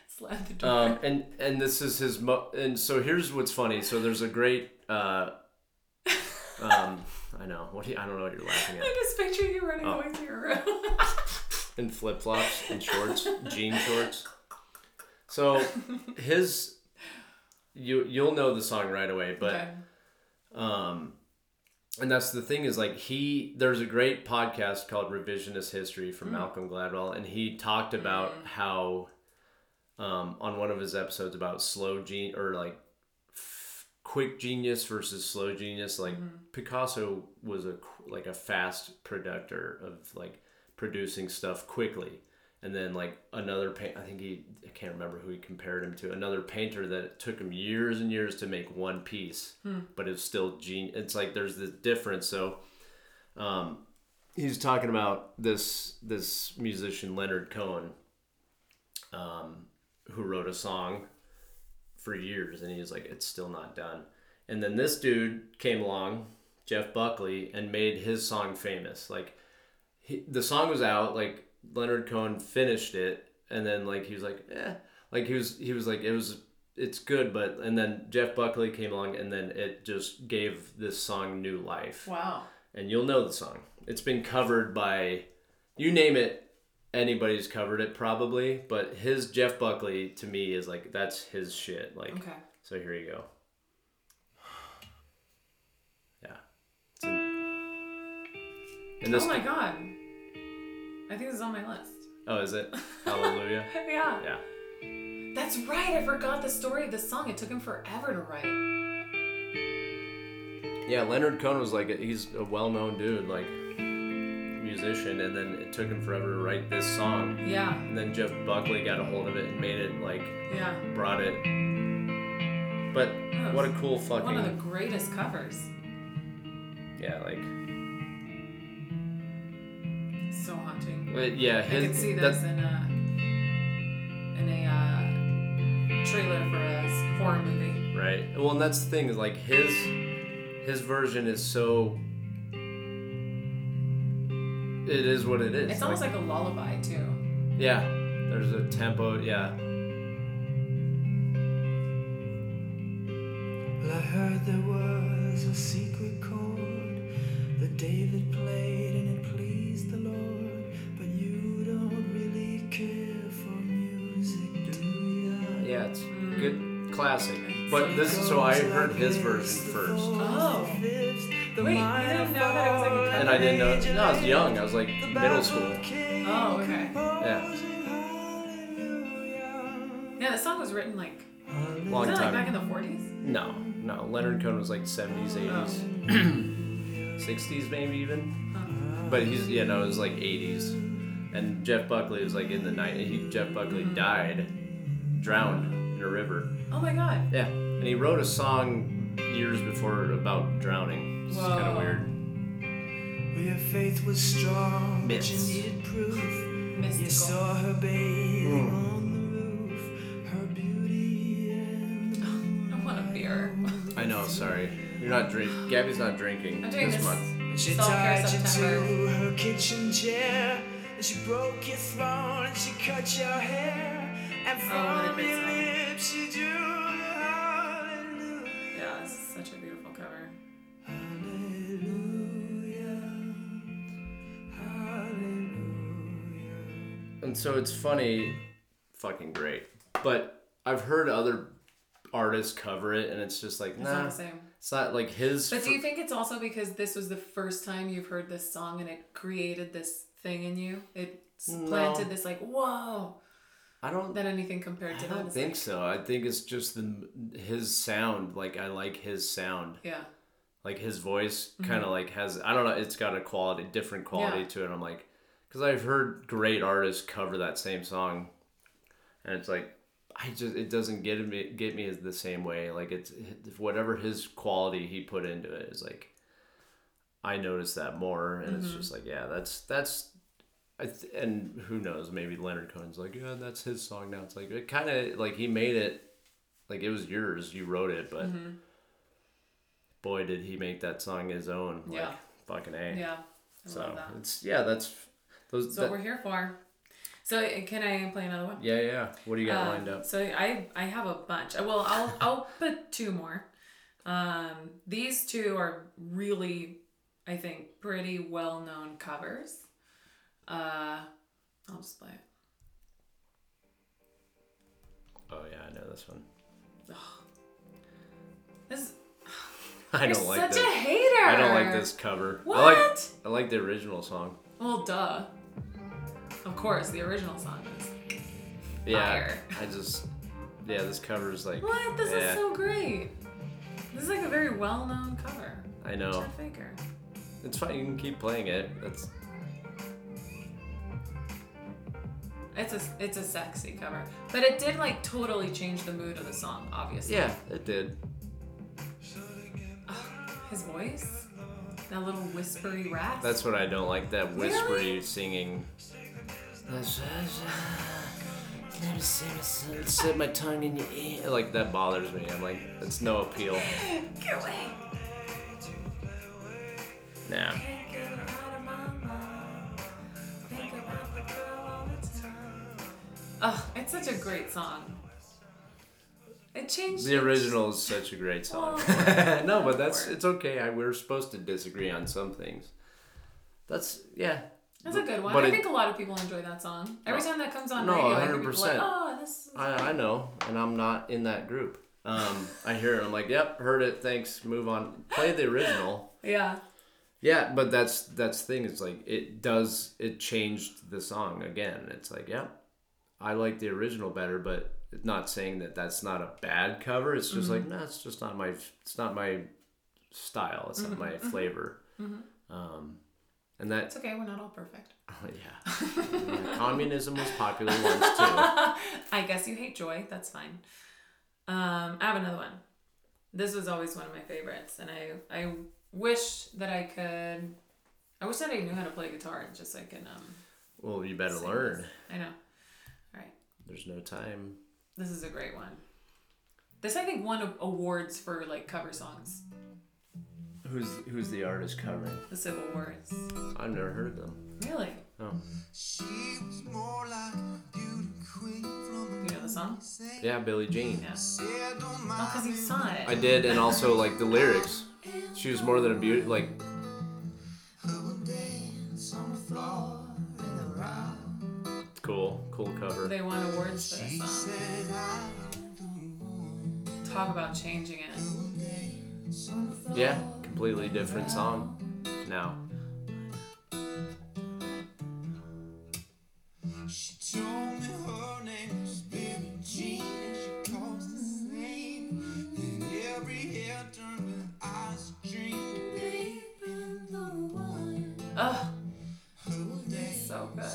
B: Slam the door.
A: Um, and and this is his mo- and so here's what's funny. So there's a great. Uh, um, I know. What do you, I don't know what you're laughing at.
B: I just picture you
A: oh.
B: running away to your room.
A: in flip flops and shorts, jean shorts. So his, you you'll know the song right away, but
B: Okay.
A: um, and that's the thing is like he there's a great podcast called Revisionist History from Malcolm Gladwell, and he talked about how, um, on one of his episodes about slow gene or like f- quick genius versus slow genius like picasso was a qu- like a fast productor of like producing stuff quickly and then like another paint i think he i can't remember who he compared him to another painter that it took him years and years to make one piece but it's still gene it's like there's this difference so um he's talking about this this musician leonard cohen um who wrote a song for years and he was like it's still not done and then this dude came along jeff buckley and made his song famous like he, the song was out like leonard cohen finished it and then like he was like eh. like he was he was like it was it's good but and then jeff buckley came along and then it just gave this song new life
B: Wow.
A: and you'll know the song it's been covered by you name it, anybody's covered it probably. But his Jeff Buckley to me is like that's his shit. Like
B: Okay.
A: so, here you go. Yeah. It's in- and this,
B: Oh my god. I think this is on my list.
A: oh, is it? Hallelujah.
B: Yeah.
A: Yeah.
B: That's right. I forgot the story of this song. It took him forever to write.
A: Yeah, Leonard Cohen was like a, he's a well-known dude, like musician, and then it took him forever to write this song.
B: Yeah.
A: And then Jeff Buckley got a hold of it and made it like
B: Yeah.
A: brought it. But
B: Yeah,
A: what a cool
B: One of the
A: fucking
B: greatest covers.
A: yeah, like
B: So haunting.
A: but yeah,
B: I could
A: his
B: see
A: that-
B: this in a in a uh, trailer for a s- horror movie.
A: right. Well, and that's the thing is like his his version is so it is what it is.
B: It's almost like a lullaby too.
A: yeah, there's a tempo. Yeah,
D: Well, I heard there was a secret chord that David played and it pleased the Lord. But you don't really care for music, do ya?
A: yeah, it's
B: Mm.
A: good classic. But this is so I heard his version first.
B: Oh.
D: Wait,
B: Wait, you didn't know that it was like a
A: And I didn't know. No, I was young. I was like middle school.
B: Oh, okay.
A: Yeah,
B: Yeah, the song was written like
A: long
B: wasn't it like back in
A: time.
B: the 40s?
A: No, no. Leonard Cohen was like 70s, 80s, 60s maybe even.
B: Uh-huh.
A: But he's yeah no, it was like 80s. And Jeff Buckley was like in the night. He Jeff Buckley
B: Mm-hmm.
A: died, drowned in a river.
B: Oh my god.
A: Yeah, and he wrote a song years before about drowning. It's kind of
B: Whoa.
A: weird.
D: Well, your faith was strong, but you
A: Myths.
D: needed proof. You
B: Mystical.
D: saw her bathing
B: Mm.
D: on the roof, her beauty and the
B: I want a beer.
A: I know. Sorry, you're not drink. Gabby's not drinking
B: I'm doing
A: this
B: this.
A: month.
D: She
B: Self-care
D: tied you
B: September.
D: to her kitchen chair, and she broke your throne, and she cut your hair, and
B: Oh, what a
D: from
B: great
D: your
B: song.
D: lips she drew the hallelujah.
B: Yeah, it's such a beautiful cover.
A: And so it's funny, fucking great. But I've heard other artists cover it, and it's just like
B: It's
A: nah.
B: not the same.
A: It's not like his.
B: But
A: fir-
B: do you think it's also because this was the first time you've heard this song and it created this thing in you? It s-
A: No.
B: planted this like, whoa,
A: I don't.
B: than anything compared to
A: I
B: that.
A: don't
B: It's
A: think
B: like-
A: so. I think it's just the his sound. Like I like his sound.
B: Yeah.
A: Like his voice kind of like has. I don't know. It's got a quality, different quality
B: Mm-hmm. Yeah.
A: to it. I'm like, because I've heard great artists cover that same song, and it's like. I just it doesn't get me get me as the same way like it's whatever his quality he put into it is like I notice that more, and
B: Mm-hmm.
A: it's just like, yeah, that's that's, I th- and who knows? Maybe Leonard Cohen's like, yeah, that's his song now. It's like it kind of like he made it, like it was yours, you wrote it, but
B: Mm-hmm.
A: boy, did he make that song his own. Like,
B: Yeah.
A: fucking a.
B: Yeah. I
A: so
B: love that.
A: it's yeah, that's those.
B: That's what
A: that-
B: we're here for. So uh, can I play another one?
A: yeah, yeah. What do you got
B: Uh,
A: lined up?
B: So I I have a bunch. Uh, Well, I'll I'll put two more. Um, these two are really, I think, pretty well known covers. Uh, I'll just play it.
A: Oh yeah, I know this one.
B: This
A: I
B: you're
A: don't like
B: such
A: this.
B: a hater.
A: I don't like this cover. I like
B: What?
A: I like the original song.
B: Well, duh. Of course, the original song is.
A: Yeah,
B: Fire.
A: I just yeah, this cover is like
B: What? This
A: yeah.
B: is so great. This is like a very well known cover.
A: I know.
B: Chad Baker.
A: It's fine. You can keep playing it. That's
B: It's a it's a sexy cover, but it did like totally change the mood of the song. Obviously,
A: yeah. It did.
B: his voice, that little whispery rasp.
A: That's what I don't like. That whispery
B: Really?
A: singing. Set my tongue in your ear. Like that bothers me. I'm like, it's no appeal.
B: Get away.
A: Nah.
B: Ugh, it's such a great song. It changed
A: The original is such a great song. no, but that's it's okay. I, we're supposed to disagree on some things. That's yeah.
B: That's a good one.
A: But
B: I
A: it-
B: think a lot of people enjoy that song. Every time that comes on
A: No,
B: radio, I hear people
A: 100%.
B: like, oh, this. Is...
A: I, I know, and I'm not in that group. Um, I hear it. I'm like, yep, heard it. Thanks. Move on. Play the original.
B: Yeah.
A: Yeah, but that's that's the thing. It's like it does. It changed the song again. It's like, yeah, I like the original better, but not saying that that's not a bad cover. It's just like, no, it's just not my. It's not my style. It's not my flavor. Um, and that
B: It's okay. We're not all perfect.
A: yeah, communism was popular once too.
B: I guess you hate joy. That's fine. Um, I have another one. This was always one of my favorites, and I I wish that I could. I wish that I knew how to play guitar, just so I can. Um,
A: Well, you better
B: sing this.
A: learn.
B: I know. All right,
A: There's no time.
B: this is a great one. This I think won a- awards for like cover songs.
A: Who's who's the artist covering?
B: The Civil Wars.
A: I've never heard of them.
B: Really?
A: Oh,
D: She was more like a beauty queen from
B: You know the song?
A: yeah, Billie Jean.
B: Yeah.
D: said on
B: Oh, because you saw it.
A: I did, and also like the lyrics. She was more than a beauty. Like cool, cool cover.
B: They won awards for this song. Talk about changing it.
A: Yeah, completely different song now.
D: She told me her name was Billie Jean and she calls the same. And every hair turned with ice cream.
B: Ugh. So good.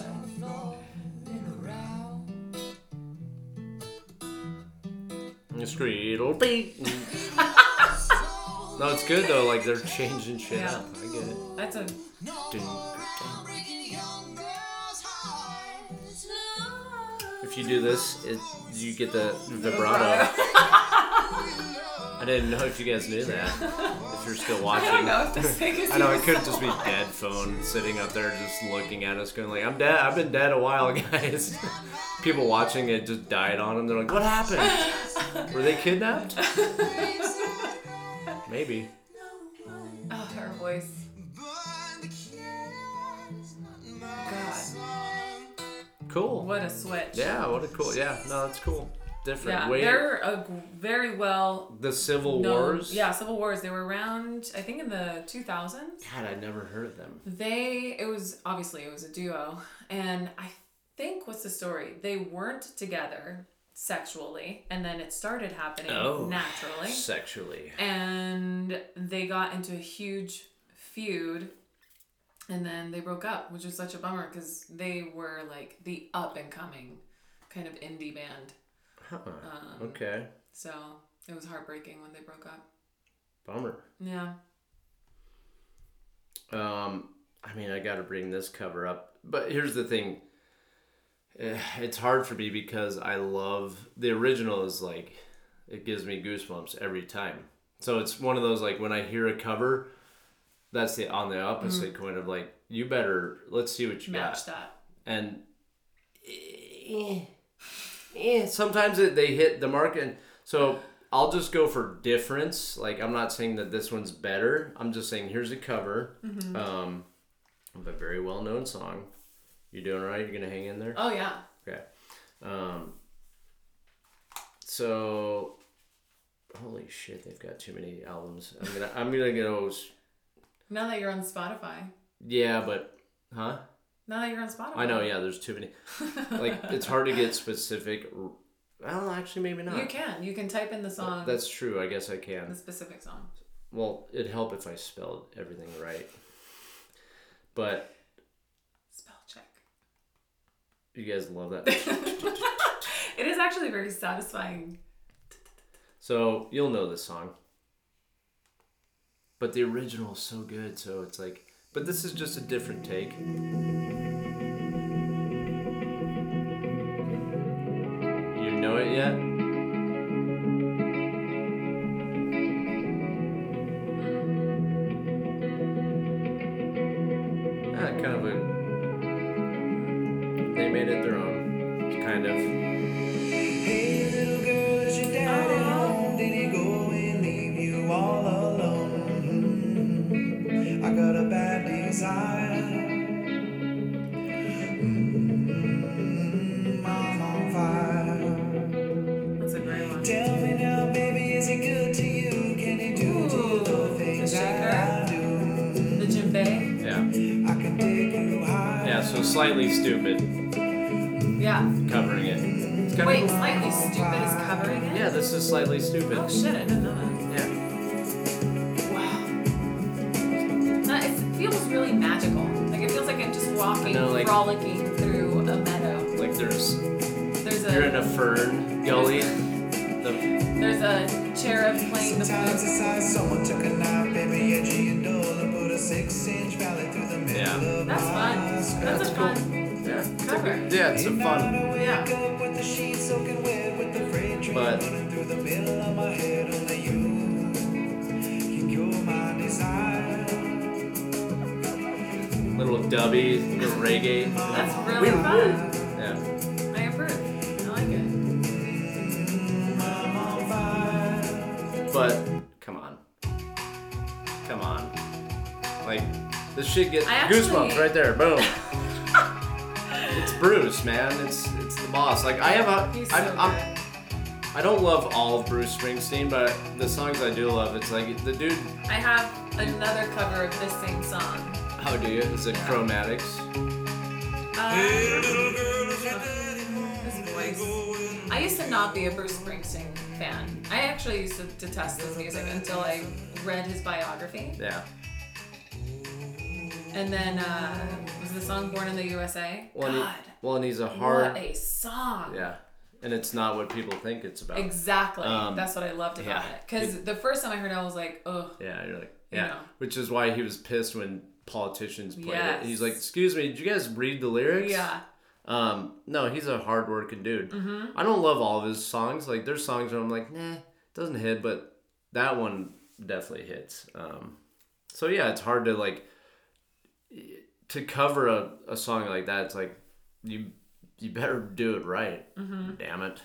A: The street will be. no, it's good though. Like they're changing shit
B: Yeah.
A: up. I get it.
B: That's a
A: If you do this, it, you get the vibrato. I didn't know if you guys knew that. If you're still watching.
B: I don't know if this thing is.
A: I know it
B: even
A: could
B: so-
A: just be dead phone sitting up there just looking at us, going like, "I'm dead. I've been dead a while, guys." People watching it just died on them. They're like, "What happened? Were they kidnapped?" Maybe.
B: Oh, her voice. God,
A: Cool.
B: what a switch.
A: Yeah. What a cool. Yeah. No, it's cool. Different.
B: Yeah,
A: Way.
B: they're a g- very well
A: The Civil
B: known.
A: Wars.
B: Yeah, Civil Wars. They were around, I think, in the 2000s.
A: God, I never heard of them.
B: They, it was obviously it was a duo, and I think what's the story? They weren't together sexually, and then it started happening
A: Oh.
B: naturally.
A: Sexually.
B: and they got into a huge feud and then they broke up which was such a bummer because they were like the up and coming kind of indie band
A: Huh.
B: Um,
A: okay.
B: so it was heartbreaking when they broke up
A: Bummer.
B: yeah
A: Um, I mean, I got to bring this cover up, but here's the thing. Eh, It's hard for me because I love the original. Is like it gives me goosebumps every time. So it's one of those like when I hear a cover, that's the on the opposite coin of like you better let's see what you
B: Mm-hmm.
A: got
B: match that
A: and eh, eh, sometimes it, they hit the mark and so i'll just go for difference like i'm not saying that this one's better i'm just saying here's a cover um, of a very well-known song you doing all right you're gonna hang in there
B: oh yeah
A: okay um, so holy shit they've got too many albums i'm gonna i'm gonna go s-
B: now that you're on spotify
A: yeah but huh
B: now that you're on spotify
A: I know, yeah. There's too many. Like it's hard to get specific. r- Well, actually, maybe not.
B: you can you can type in the song
A: That's true. I guess I
B: the
A: can.
B: specific song
A: Well, it'd help if I spelled everything right. But
B: spell check
A: you guys love that.
B: it is actually very satisfying
A: so you'll know this song. But the original is so good. So it's like, but this is just a different take. You know it yet? Yeah, Ah, kind of a. They made it their own, kind of.
D: Hey, little girl, is your daddy home? Did he go and leave you all alone? I got a bad desire can dig a new high.
A: Yeah, so slightly stupid
B: Yeah.
A: covering it. It's kinda
B: Wait,
A: cool.
B: slightly stupid is covering it.
A: Yeah, this is slightly stupid.
B: Oh shit! I didn't know that.
A: Yeah.
B: Wow. That is, it feels really magical. Like it feels like I'm just walking,
A: know, like-
B: frolicking through a meadow.
A: Like there's
B: There's
A: you're in
B: a
A: a fern gully. The,
B: there's a cherub playing the
D: Sometimes
B: flute.
D: it's like someone took a knife, baby, edgy and dull, and put a six inch valley through the middle
A: Yeah.
D: of
B: That's
D: my
B: fun. That's,
D: skull.
A: cool.
B: a fun
A: yeah.
B: cover.
A: Yeah, it's a fun
B: Yeah.
A: But- little dubby, little reggae.
B: That's really fun.
A: Yeah.
B: I approve. I like it.
A: But come on. Come on. Like this shit gets
B: I actually-
A: goosebumps right there. Boom. it's Bruce, man. It's it's the boss. Like I have a
B: He's so
A: I'm, I'm
B: good.
A: I don't love all of Bruce Springsteen, but the songs I do love, it's like the dude.
B: I have another cover of this same song.
A: How do you? Is it Chromatics?
B: Uh, his voice. I used to not be a Bruce Springsteen fan. I actually used to detest his music until I read his biography.
A: Yeah.
B: And then uh, was the song "Born in the USA"?
A: Well, and, he-
B: God,
A: well, and he's a
B: what
A: hard.
B: a song!
A: yeah. And it's not what people think it's about.
B: Exactly.
A: Um,
B: That's what I loved about
A: yeah.
B: it. Because the first time I heard it, I was like, "Ugh,
A: Yeah, you're like,
B: You
A: yeah.
B: know.
A: Which is why he was pissed when politicians played
B: Yes.
A: it. He's like, excuse me, did you guys read the lyrics?
B: yeah."
A: Um, no, he's a hardworking dude. I don't love all of his songs. Like, there's songs where I'm like, nah, doesn't hit, but that one definitely hits. Um, so yeah, it's hard to like to cover a, a song like that. It's like you you better do it right. Damn it,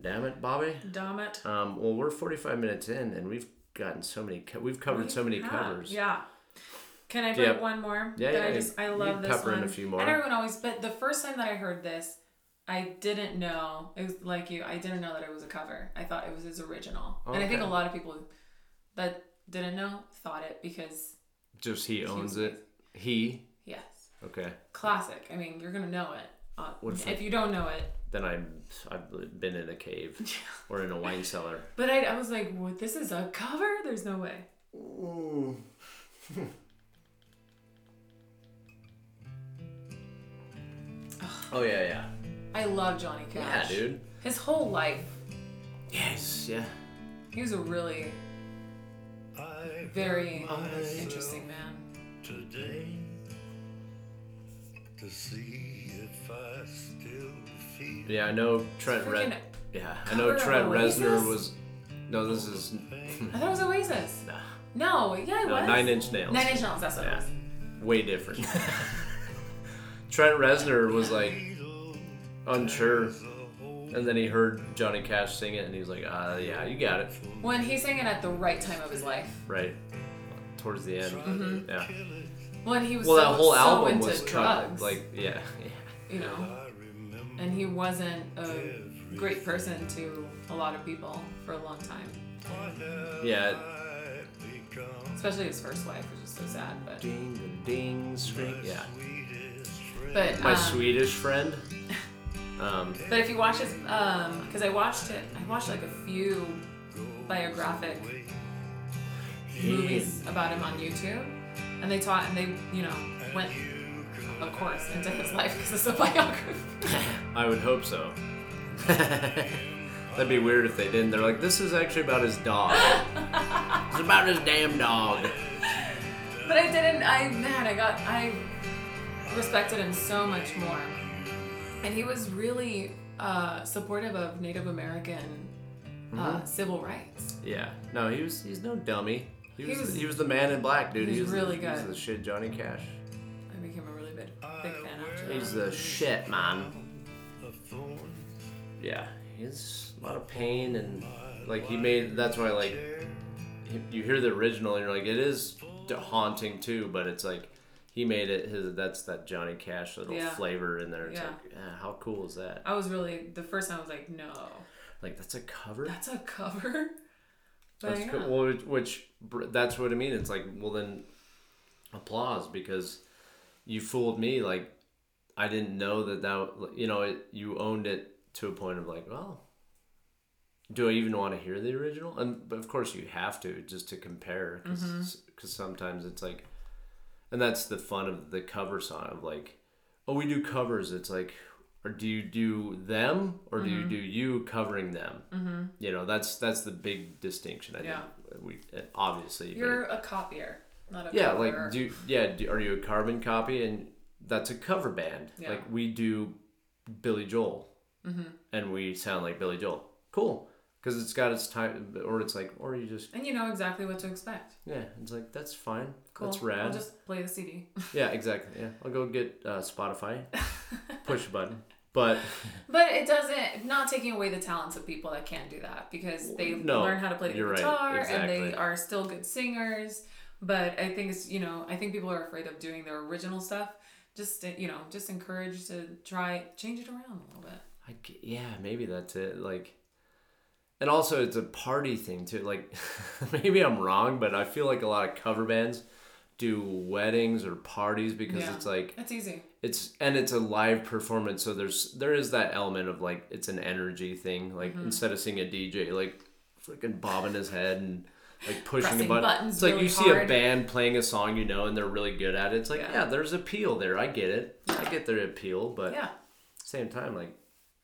A: damn it, Bobby.
B: Damn it.
A: Um, well, we're 45 minutes in, and we've gotten so many. Co- we've covered so many
B: Yeah,
A: covers.
B: Yeah. Can I put
A: Yeah.
B: one more?
A: Yeah,
B: that
A: yeah,
B: I
A: yeah.
B: just I
A: You
B: love
A: can
B: this
A: pepper in
B: one.
A: a few more.
B: And everyone always, but the first time that I heard this, I didn't know it was like you. I didn't know that it was a cover. I thought it was his original, and I think a
A: Okay.
B: lot of people that didn't know thought it because
A: Just he owns it. He.
B: yes,
A: Okay.
B: classic. I mean, you're gonna know it. Uh,
A: What's
B: if you don't know it,
A: Then I'm. I've been in a cave or in a wine cellar.
B: but I, I was like, what? This is a cover? There's no way.
A: Oh yeah, yeah.
B: I love Johnny Cash.
A: Yeah, dude.
B: His whole life,
A: Yes. Yeah.
B: he was a really
G: I
B: very interesting man.
G: today to see if I still feel.
A: Yeah. I know Trent.
B: Freaking,
A: Re- yeah. I
B: cover
A: know
B: of
A: Trent Reznor
B: Oasis?
A: was. No, this is
B: I thought it was Oasis. No, yeah, it
A: no,
B: was.
A: Nine Inch Nails.
B: Nine Inch Nails, that's what it
A: Yeah.
B: was.
A: Way different. Trent Reznor was like unsure, and then he heard Johnny Cash sing it, and he was like, "Ah, yeah, you got it."
B: When he sang it at the right time of his life.
A: Right. Towards the end. Yeah.
B: When he was
A: Well,
B: Mm-hmm. so,
A: that whole
B: so
A: album
B: into
A: was cut.
B: drugs.
A: Like, yeah. yeah.
B: you know. And he wasn't a great person to a lot of people for a long time.
A: Yeah.
B: Especially his first wife, which is so sad. But,
A: Ding, ding, ding, scream. Yeah.
B: but
A: My
B: um,
A: Swedish friend. Um,
B: But if you watch his, um, because I watched it, I watched like a few biographic movies about him on YouTube, and they taught and they, you know, went of course into his life because it's a biography.
A: I would hope so. That'd be weird if they didn't. They're like, this is actually about his dog. it's about his damn dog.
B: But I didn't. I man, I got I respected him so much more, and he was really uh, supportive of Native American
A: Mm-hmm.
B: uh, civil rights.
A: Yeah. No, he was. He's no dummy. He was. He was,
B: was-
A: the man in black, dude.
B: he was really
A: the, He
B: good.
A: was the shit, Johnny Cash.
B: I became a really big, big fan after that.
A: He's the shit, man. Yeah, he's a lot of pain and like he made. That's why like he- you hear the original and you're like, it is d- haunting too, but it's like he made it his. That's that Johnny Cash little
B: Yeah.
A: flavor in there. It's
B: Yeah.
A: like, yeah, how cool is that?
B: I was really the first time I was like, no,
A: Like that's a cover.
B: that's a cover. But
A: That's
B: Oh, yeah.
A: cool. Well, which, which br- that's what I mean. It's like well then, applause because you fooled me. Like I didn't know that that w- you know it, you owned it to a point of like, well, do I even want to hear the original? And but of course you have to just to compare because
B: Mm-hmm.
A: sometimes it's like, and that's the fun of the cover song of like, oh we do covers. It's like. Or do you do them, or do
B: Mm-hmm.
A: you do you covering them? Mm-hmm. You know that's that's the big distinction. I
B: Yeah.
A: think we obviously but-
B: You're a copier, not a
A: yeah
B: coverer.
A: like do yeah do, are you a carbon copy and that's a cover band
B: Yeah. Mm-hmm.
A: like we do billy joel and we sound like billy joel cool because it's got its time or it's like or you just
B: and you know exactly what to expect.
A: yeah it's like that's fine
B: Cool.
A: that's rad
B: I'll just play the CD.
A: yeah exactly yeah i'll go get uh, spotify push a button but
B: But it doesn't not taking away the talents of people that can do that because they
A: No,
B: learn how to play the
A: you're right,
B: guitar and
A: exactly.
B: they are still good singers. But I think it's you know I think people are afraid of doing their original stuff. Just you know, just encouraged to try change it around a little bit.
A: I g yeah, maybe that's it. Like, and also it's a party thing too. Like, maybe I'm wrong, but I feel like a lot of cover bands do weddings or parties because
B: Yeah.
A: it's like
B: That's easy.
A: it's and it's a live performance. So there's there is that element of like it's an energy thing. Like
B: Mm-hmm.
A: instead of seeing a DJ like freaking bobbing his head and like pushing
B: Pressing
A: a button,
B: buttons
A: it's like
B: really
A: you see a
B: hard.
A: band playing a song you know and they're really good at it. It's like
B: Yeah.
A: yeah, there's appeal there. I get it. I get their appeal, but
B: Yeah.
A: same time, like,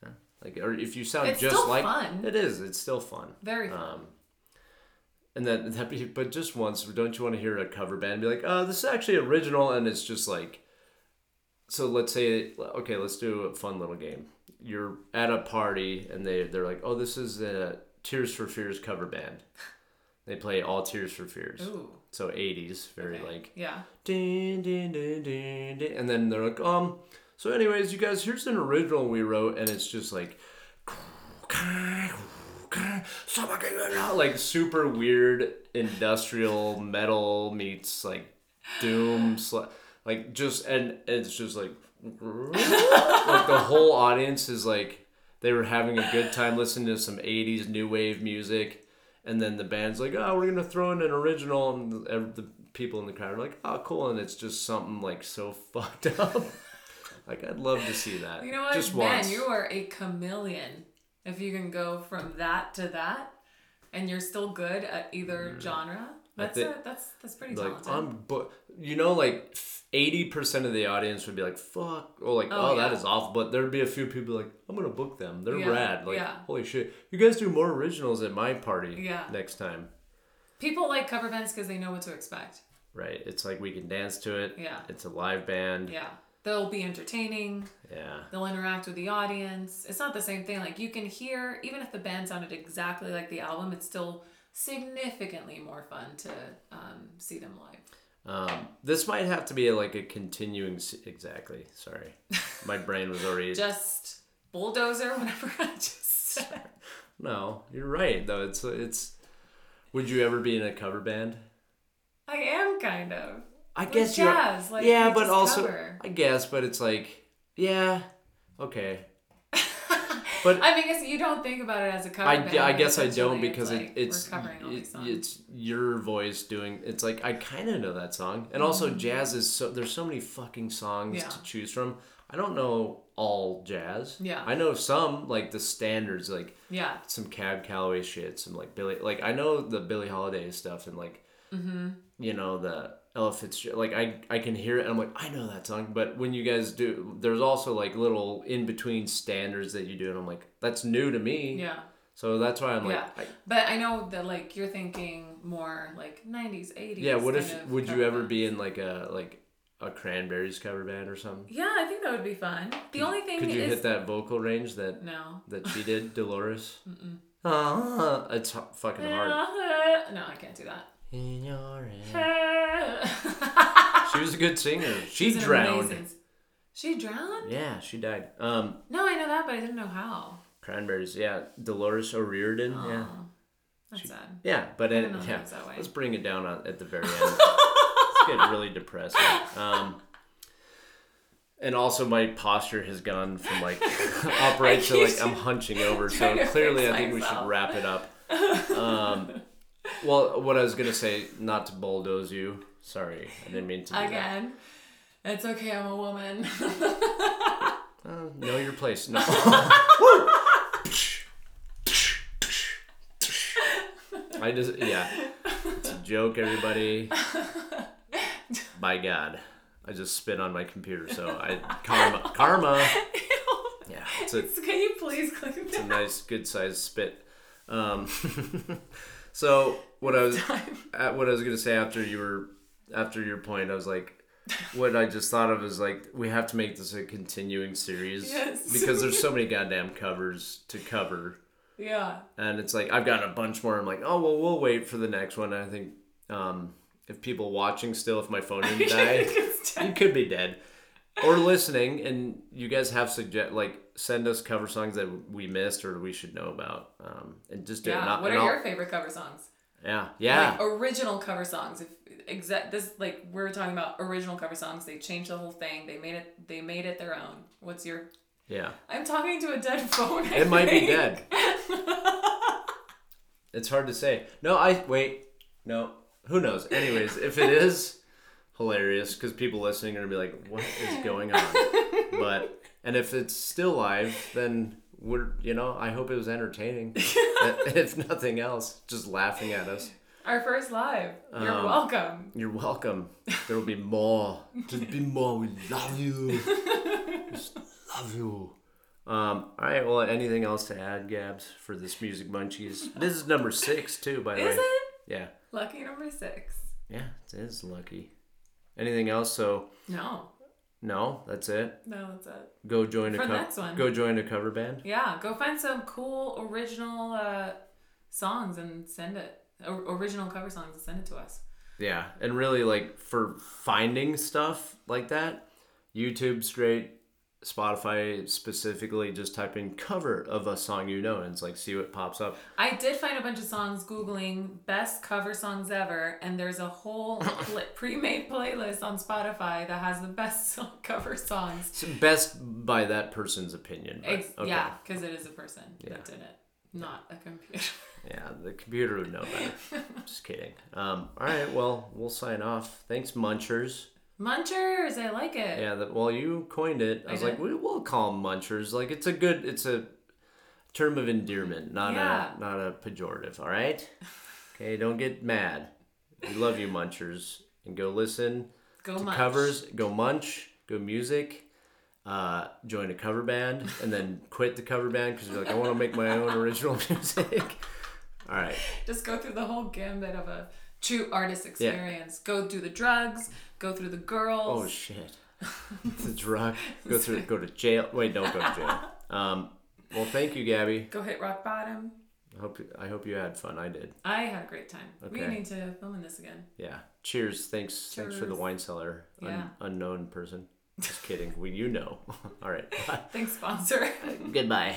A: huh? like, or if you sound
B: It's
A: just
B: still
A: like
B: fun.
A: it is, it's still fun.
B: Very fun.
A: Um, and that that be, but just once, don't you want to hear a cover band be like, "Oh, this is actually original," and it's just like, so let's say, okay, let's do a fun little game. You're at a party, and they they're like, "Oh, this is a Tears for Fears cover band." They play all Tears for Fears,
B: Ooh.
A: so '80s, very
B: okay.
A: uh, like
B: Yeah.
A: Dun, dun, dun, dun, dun. and then they're like, um, so anyways, you guys, here's an original we wrote, and it's just like, like super weird industrial metal meets like doom, sla- like just and it's just like, like the whole audience is like they were having a good time listening to some 80s new wave music and then the band's like oh we're gonna throw in an original and the, ev- the people in the crowd are like oh cool and it's just something like so fucked up like i'd love to see that
B: You know what?
A: just
B: ben,
A: once
B: you are a chameleon. If you can go from that to that, and you're still good at either genre, that's
A: Mm. thi-
B: a, that's that's pretty
A: like
B: talented.
A: i'm but you know like 80% of the audience would be like fuck or like oh,
B: Oh,
A: that
B: yeah.
A: is awful but there'd be a few people like i'm gonna book them they're
B: Yeah,
A: rad like
B: yeah.
A: holy shit you guys do more originals at my party
B: Yeah.
A: next time
B: People like cover bands because they know what to expect.
A: Right. It's like we can dance to it.
B: Yeah.
A: It's a live band.
B: Yeah. They'll be entertaining.
A: Yeah.
B: They'll interact with the audience. It's not the same thing. Like you can hear, even if the band sounded exactly like the album, it's still significantly more fun to um, see them live.
A: Um, this might have to be like a continuing. s exactly. Sorry. My brain was already.
B: Just bulldozer, whatever I just said.
A: no, you're right though. It's it's. Would you ever be in a cover band?
B: I am kind of.
A: I
B: Like
A: guess you're.
B: jazz, like,
A: yeah,
B: you
A: but
B: just
A: also
B: cover.
A: I guess, but it's like yeah, okay. But
B: I mean, guess you don't think about it as a cover.
A: I,
B: band,
A: d- I guess I
B: essentially.
A: don't because
B: like,
A: it, it's
B: we're covering all these
A: it,
B: songs.
A: it's your voice doing. It's like I kind of know that song, and also jazz is so there's so many fucking songs
B: Mm-hmm. Yeah.
A: to choose from. I don't know all jazz.
B: Yeah.
A: I know some like the standards, like
B: yeah,
A: some Cab Calloway shit, some like Billy, like I know the Billie Holiday stuff, and like
B: Mm-hmm.
A: you know the Ella Fitzgerald. Like I I can hear it, and I'm like I know that song. But when you guys do, there's also like little in between standards that you do, and I'm like that's new to me.
B: yeah.
A: So that's why I'm like,
B: Yeah.
A: I,
B: But I know that like you're thinking more like '90s, '80s.
A: yeah. What
B: kind
A: if
B: of
A: would you
B: cover
A: ever
B: band.
A: be in like a like a Cranberries cover band or something?
B: Yeah, I think that would be fun. The only thing
A: Could you
B: is
A: hit that vocal range that
B: no.
A: that she did, Dolores? Ah, it's h- fucking hard.
B: No, I can't do that.
A: In your hand. She was a good singer. She
B: She's an
A: drowned.
B: amazing- She drowned?
A: Yeah, she died. Um,
B: No, I know that, but I didn't know how.
A: Cranberries. Yeah, Dolores O'Riordan. Yeah,
B: That's sad.
A: yeah. But it,
B: know if
A: yeah,
B: it's that way.
A: let's bring it down on, at the very end. it's getting really depressing. Um, and also, my posture has gone from like upright to like I'm hunching over. So
B: trying to
A: clearly,
B: fix
A: I think we should
B: myself.
A: wrap it up. Um, well, what I was gonna say, not to bulldoze you. Sorry, I didn't mean to. Do that.
B: Again. It's okay, I'm a woman.
A: Uh, know your place. No. I just yeah. It's a joke, everybody. By God, I just spit on my computer. So I karma karma. Yeah, it's a
B: Can you please click
A: it's a
B: that?
A: nice, good sized spit. Um, so what I was at what I was gonna say after you were after your point, I was like, what I just thought of is like we have to make this a continuing series
B: Yes.
A: because there's so many goddamn covers to cover,
B: Yeah.
A: and it's like I've got a bunch more. I'm like, oh well, we'll wait for the next one. I think um, if people watching still, if my phone didn't die
B: It's
A: you
B: dead.
A: could be dead or listening and you guys have suggest like send us cover songs that we missed or we should know about um and just do it
B: yeah.
A: not
B: what
A: and
B: are
A: I'll-
B: your favorite cover songs?
A: yeah yeah
B: Like original cover songs. If exact this like we're talking about original cover songs, they changed the whole thing. They made it they made it their own. What's your
A: yeah
B: I'm talking to a dead phone. I
A: it might be
B: think.
A: dead it's hard to say no i wait no who knows anyways if it is hilarious because people listening are gonna be like what is going on but and if it's still live then we're you know i hope it was entertaining if nothing else just laughing at us
B: Our first live. You're
A: Um,
B: welcome.
A: You're welcome. There will be more. Just be more. We love you. Just love you. Um, all right. Well, anything else to add, Gabs, for this music munchies? This is number six too, by the
B: Is
A: way.
B: it
A: Yeah,
B: lucky number six?
A: yeah. It is lucky. Anything else? So
B: No,
A: no, that's it.
B: no, that's it.
A: Go join a
B: For the
A: cover.
B: next one.
A: Go join a cover band.
B: Yeah, go find some cool original uh, songs and send it. O- original cover songs and send it to us.
A: Yeah, and really like for finding stuff like that, YouTube's great. Spotify specifically, just type in cover of a song you know, and it's like see what pops up.
B: I did find a bunch of songs googling best cover songs ever, and there's a whole pl- pre-made playlist on Spotify that has the best song- cover songs.
A: It's best by that person's opinion. but-
B: Ex- Yeah, because it is a person that did it, not a computer.
A: Yeah, the computer would know better. just kidding. Um, all right, well, we'll sign off. Thanks, Munchers.
B: Munchers, I like it.
A: Yeah, that well, you coined it. I, was like,
B: did?
A: we, we'll call 'em Munchers. Like, it's a good, it's a term of endearment, not
B: Yeah.
A: a not a pejorative. All right. Okay, don't get mad. We love you, Munchers, and go listen
B: Go
A: to
B: munch.
A: covers. Go munch. Go music. Uh, join a cover band and then quit the cover band because you're like, I want to make my own original music. All right.
B: Just go through the whole gambit of a true artist experience. Go do the drugs. Go through the girls.
A: Oh shit. the drug. Go through. Go to jail. Wait, don't go to jail. Um. Well, thank you, Gabby.
B: go hit rock bottom.
A: I hope I hope you had fun. I did.
B: I had a great time. We
A: Okay.
B: need to film in this again.
A: Yeah. Cheers. Thanks. Thanks for the
B: Cheers.
A: wine cellar. Un-
B: Yeah.
A: unknown person. Just kidding. we you know. All right. Bye.
B: Thanks, sponsor.
A: Goodbye.